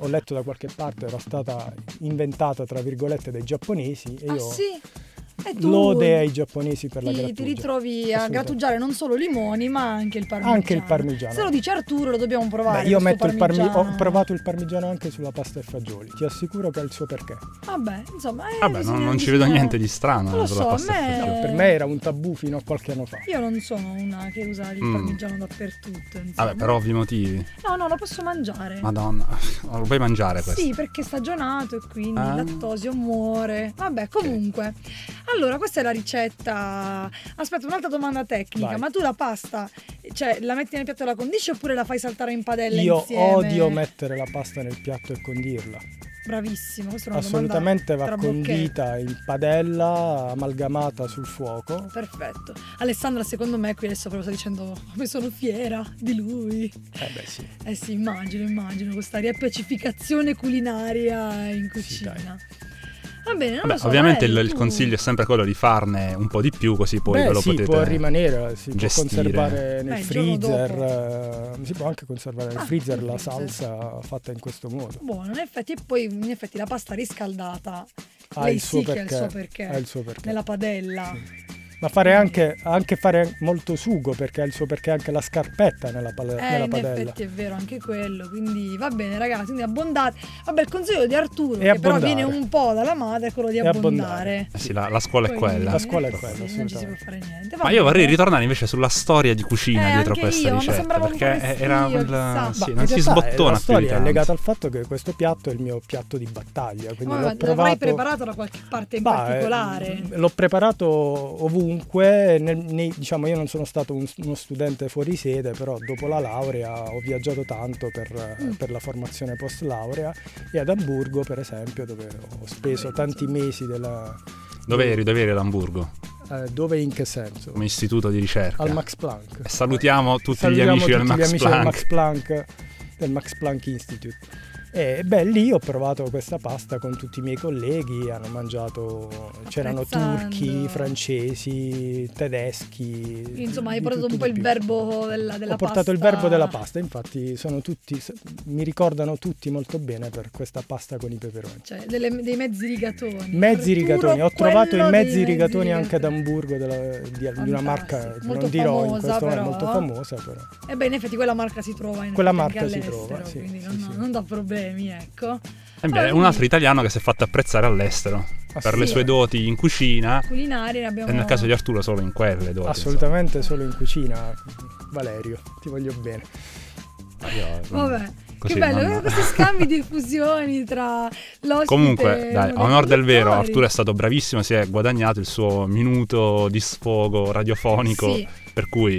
S4: ho letto da qualche parte, era stata inventata tra virgolette dai giapponesi e
S3: Ah,
S4: io
S3: sì. E tu
S4: lode ai giapponesi per la
S3: ti,
S4: grattugia.
S3: ti ritrovi a
S4: Assolutamente.
S3: grattugiare non solo limoni, ma anche il parmigiano.
S4: Anche il parmigiano.
S3: Se lo dice Arturo, lo dobbiamo provare.
S4: Beh, io
S3: questo
S4: metto il parmi- ho
S3: parmigiano.
S4: provato il parmigiano anche sulla pasta e fagioli, ti assicuro che ha il suo perché.
S3: Vabbè, insomma, eh,
S2: Vabbè, non,
S3: bisogna-
S2: non ci vedo
S3: bisogna-
S2: niente di strano
S3: Non lo
S2: sulla
S3: so, a
S2: pasta
S3: me-
S2: frittura.
S3: Eh.
S4: Per me era un tabù fino a qualche anno fa.
S3: Io non sono una che usa il
S2: Mm.
S3: parmigiano dappertutto. Insomma.
S2: Vabbè, per ovvi motivi.
S3: No, no, lo posso mangiare.
S2: Madonna, lo puoi mangiare questo?
S3: Sì, perché è stagionato e quindi
S2: Ah.
S3: il lattosio muore. Vabbè, comunque. Allora, questa è la ricetta. Aspetta, un'altra domanda tecnica.
S4: Vai.
S3: Ma tu la pasta, cioè, la metti nel piatto e la condisci oppure la fai saltare in padella
S4: Io
S3: insieme?
S4: odio mettere la pasta nel piatto e condirla.
S3: Bravissimo, questa è una
S4: Assolutamente
S3: domanda
S4: va
S3: tra bocchette.
S4: condita in padella, amalgamata sul fuoco.
S3: Perfetto. Alessandra, secondo me, qui adesso proprio sta dicendo come sono fiera di lui.
S4: Eh beh sì.
S3: Eh sì, immagino, immagino questa riappacificazione culinaria in cucina. Va bene, non
S2: Vabbè,
S3: lo so,
S2: ovviamente il,
S3: Valerio,
S2: il
S3: tu-
S2: consiglio è sempre quello di farne un po' di più, così poi
S4: Beh,
S2: ve lo
S4: sì,
S2: potete.
S4: può rimanere, eh, si
S2: gestire.
S4: può conservare nel
S3: Beh, il giorno
S4: freezer, eh, si può anche conservare nel
S3: Ah,
S4: freezer
S3: nel
S4: la
S3: freezer.
S4: salsa fatta in questo modo.
S3: Buono, in effetti, e poi in effetti la pasta riscaldata
S4: Ha
S3: Lei
S4: il suo
S3: sì che ha il
S4: perché.
S3: suo perché.
S4: ha il suo perché.
S3: nella padella.
S4: Ma fare anche, anche fare molto sugo perché ha il suo perché anche la scarpetta nella, pale-
S3: Eh,
S4: nella
S3: in
S4: padella.
S3: effetti è vero anche quello. Quindi va bene, ragazzi. Quindi abbondate. Vabbè, il consiglio di Arturo,
S4: E
S3: che però
S4: abbondare.
S3: viene un po' dalla madre, è quello di
S4: E
S3: abbondare.
S4: abbondare.
S2: Eh sì, la, la scuola è
S3: Quindi,
S2: quella.
S4: La scuola è
S3: eh,
S4: quella,
S3: sì, non ci si può
S4: assolutamente.
S3: fare niente. Va
S2: Ma io
S3: bene.
S2: vorrei ritornare invece sulla storia di cucina
S3: Eh,
S2: dietro
S3: anche
S2: questa
S3: io, mi
S2: ricetta,
S3: sembrava un po'
S2: perché
S3: un
S2: era
S3: sfio, chissà.
S2: quel... Sì,
S4: Ma
S2: non
S4: in
S2: si
S4: realtà, eh, La
S2: sbottona più di
S4: storia è
S2: tanto.
S4: legata al fatto che questo piatto è il mio piatto di battaglia, quindi
S3: Ma
S4: l'ho
S3: l'avrei
S4: provato
S3: preparato da qualche parte in
S4: Bah, eh,
S3: particolare.
S4: L'ho preparato ovunque, nel- nei- diciamo io non sono stato un- uno studente fuori sede, però dopo la laurea ho viaggiato tanto per, eh,
S3: Mm.
S4: per la formazione post laurea e ad Amburgo per esempio dove ho speso tanti mesi della...
S2: Dove eri? Dove eri ad Amburgo?
S4: eh, dove e in che senso?
S2: Come istituto di ricerca.
S4: Al Max Planck.
S2: E Salutiamo tutti
S4: Salutiamo
S2: gli amici del
S4: tutti
S2: Max
S4: gli amici
S2: Planck.
S4: del Max Planck del Max Planck Institute. E beh, lì ho provato questa pasta con tutti i miei colleghi, hanno mangiato, c'erano
S3: Apprezzando.
S4: turchi, francesi, tedeschi.
S3: Insomma, hai
S4: di
S3: portato
S4: tutto
S3: un po'
S4: di
S3: il
S4: più.
S3: verbo della, della
S4: Ho portato il
S3: pasta.
S4: verbo della pasta, infatti sono tutti, mi ricordano tutti molto bene per questa pasta con i peperoni.
S3: Cioè, delle- dei mezzi rigatoni.
S4: Mezzi
S3: Arturo,
S4: rigatoni, ho trovato i
S3: quello dei
S4: mezzi rigatoni anche ad
S3: rigatoni.
S4: Amburgo, della- di, di una
S3: Fantastico.
S4: marca che
S3: Molto
S4: non dirò in
S3: famosa,
S4: questo momento,
S3: però.
S4: molto famosa però.
S3: E beh, in effetti quella marca si trova in
S4: Quella
S3: effetti anche
S4: marca si
S3: all'estero,
S4: trova, sì,
S3: quindi
S4: sì,
S3: non,
S4: sì.
S3: non dà problemi, ecco.
S2: Eh beh, un altro italiano che si è fatto apprezzare all'estero per le
S4: Assolutamente.
S2: sue doti in cucina
S3: Culinaria ne abbiamo
S2: e nel caso di Arturo solo in quelle doti.
S4: Assolutamente solo in cucina, Valerio, ti voglio bene.
S2: insomma. Io,
S3: Vabbè,
S2: così,
S3: che bello,
S2: non-
S3: eh, questi scambi di fusioni tra l'ospite
S2: Comunque,
S3: e
S2: dai,
S3: uno
S2: a onor del vero,
S3: conduttori.
S2: Arturo è stato bravissimo, si è guadagnato il suo minuto di sfogo radiofonico,
S3: Sì,
S2: per cui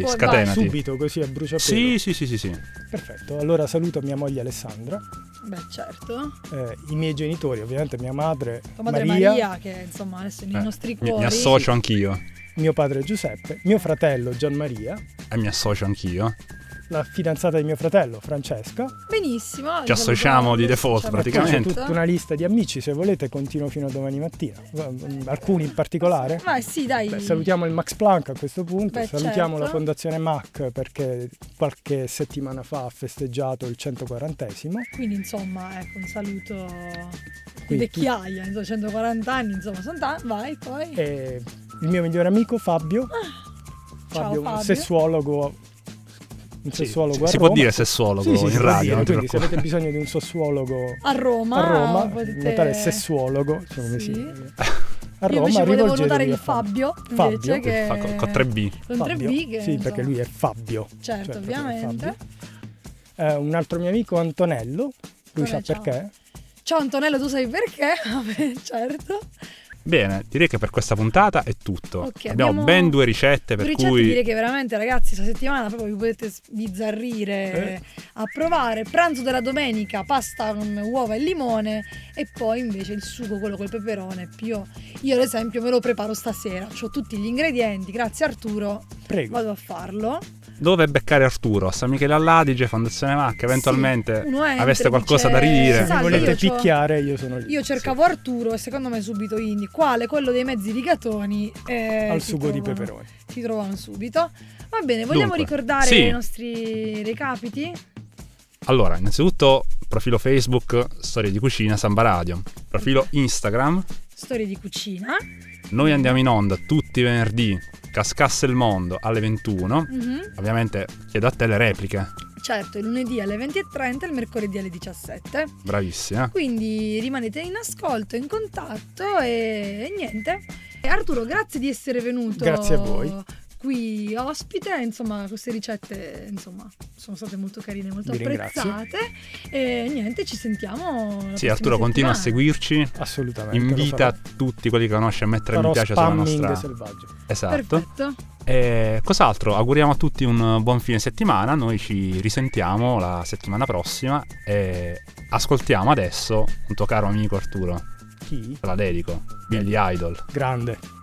S3: Poi vai.
S2: scatenati.
S4: Subito così a bruciapelo.
S2: Sì, sì, sì, sì, sì.
S4: Perfetto. Allora saluto mia moglie Alessandra,
S3: beh, certo.
S4: eh, i miei genitori, ovviamente mia madre,
S3: Tua madre Maria,
S4: Maria,
S3: che insomma adesso è
S2: Eh,
S3: nei nostri
S2: Mi,
S3: cuori.
S2: mi associo anch'io.
S4: mio padre Giuseppe, mio fratello Gianmaria,
S2: E Eh, mi associo anch'io.
S4: la fidanzata di mio fratello Francesca.
S3: Benissimo.
S2: Ci associamo di default,
S3: Ci
S4: Poi
S2: praticamente.
S4: C'è
S3: associamo.
S4: tutta una lista di amici, se volete continuo fino a domani mattina. Mm, Alcuni in particolare.
S3: Ma sì, dai.
S4: Beh, salutiamo il Max Planck a questo punto,
S3: Beh,
S4: salutiamo
S3: certo.
S4: la Fondazione Mac perché qualche settimana fa ha festeggiato il 140esimo.
S3: Quindi insomma, ecco, un saluto di
S4: Quindi tu-
S3: vecchiaia, insomma, 140 anni, insomma, sono tanti, vai poi.
S4: E il mio migliore amico Fabio, Fabio, un
S3: Ah, Fabio.
S4: sessuologo, un
S2: Sì,
S4: sessuologo a
S2: si può
S4: Roma.
S2: dire
S4: Sì,
S2: sessuologo
S4: sì, si
S2: in
S4: può
S2: radio,
S4: dire,
S2: non ti
S4: quindi se
S2: preoccupare.
S4: avete bisogno di un sessuologo
S3: A Roma, eh,
S4: a Roma,
S3: Ah, potete...
S4: il notare sessuologo, cioè come
S3: Sì.
S4: si-
S3: Io
S4: a
S3: Io invece
S4: Roma
S3: volevo
S4: rivolgetevi
S3: notare
S4: a
S3: il
S4: Fabio.
S3: Fabio,
S4: Fabio,
S3: invece che...
S2: Fa co- con 3B.
S3: Con 3B che...
S4: Sì, perché
S3: insomma,
S4: lui è Fabio.
S3: Certo,
S4: cioè, proprio
S3: ovviamente.
S4: Eh, un altro mio amico Antonello, lui
S3: Vabbè,
S4: sa
S3: ciao.
S4: perché?
S3: Ciao Antonello, tu sai perché? Vabbè, certo.
S2: Bene, direi che per questa puntata è tutto.
S3: Ok,
S2: abbiamo,
S3: abbiamo
S2: ben due ricette per
S3: Ricette
S2: cui
S3: direi che veramente ragazzi questa settimana proprio vi potete sbizzarrire
S4: Eh.
S3: a provare. Pranzo della domenica, pasta con uova e limone e poi invece il sugo, quello col peperone. Più io ad esempio me lo preparo stasera, ho tutti gli ingredienti, grazie Arturo,
S4: Prego.
S3: vado a farlo.
S2: dove beccare Arturo? A San Michele all'Adige, Fondazione Macca, eventualmente
S3: Sì, uno entra,
S2: aveste qualcosa
S3: dice,
S2: da ridire.
S4: Se
S3: Salve,
S4: volete
S3: io c'ho-
S4: picchiare, io sono lì.
S3: Io cercavo Arturo e secondo me subito Indy, quale? Quello dei mezzi rigatoni. eh,
S4: al
S3: si
S4: sugo di
S3: trovano-
S4: peperoni.
S3: Si trovano subito. Va bene, vogliamo
S2: Dunque,
S3: ricordare
S2: sì.
S3: i nostri recapiti?
S2: Allora, innanzitutto profilo Facebook Storie di Cucina Samba Radio, profilo Instagram
S3: Storie di cucina.
S2: Noi andiamo in onda tutti i venerdì, cascasse il mondo alle 21.
S3: Mhm.
S2: Ovviamente chiedo a te le repliche,
S3: Certo, il lunedì alle 20.30 e il mercoledì alle 17.
S2: bravissima.
S3: Quindi rimanete in ascolto, in contatto e, e niente. E Arturo, grazie di essere venuto.
S4: Grazie a voi.
S3: Qui ospite, insomma, queste ricette insomma, sono state molto carine, molto
S4: Vi ringrazio.
S3: apprezzate. E niente, ci sentiamo. la
S2: Sì,
S3: prossima
S2: Arturo, continua a
S3: settimana.
S2: seguirci.
S4: Assolutamente. lo
S2: Invita
S4: farò.
S2: tutti quelli che conosci a mettere
S4: Farò
S2: mi piace sulla
S4: spamming
S2: nostra.
S4: selvaggio.
S2: Esatto.
S3: Perfetto.
S2: E cos'altro? Auguriamo a tutti un buon fine settimana. Noi ci risentiamo la settimana prossima. E ascoltiamo adesso un tuo caro amico Arturo.
S4: Chi?
S2: Te la dedico, Billy Idol.
S4: Grande.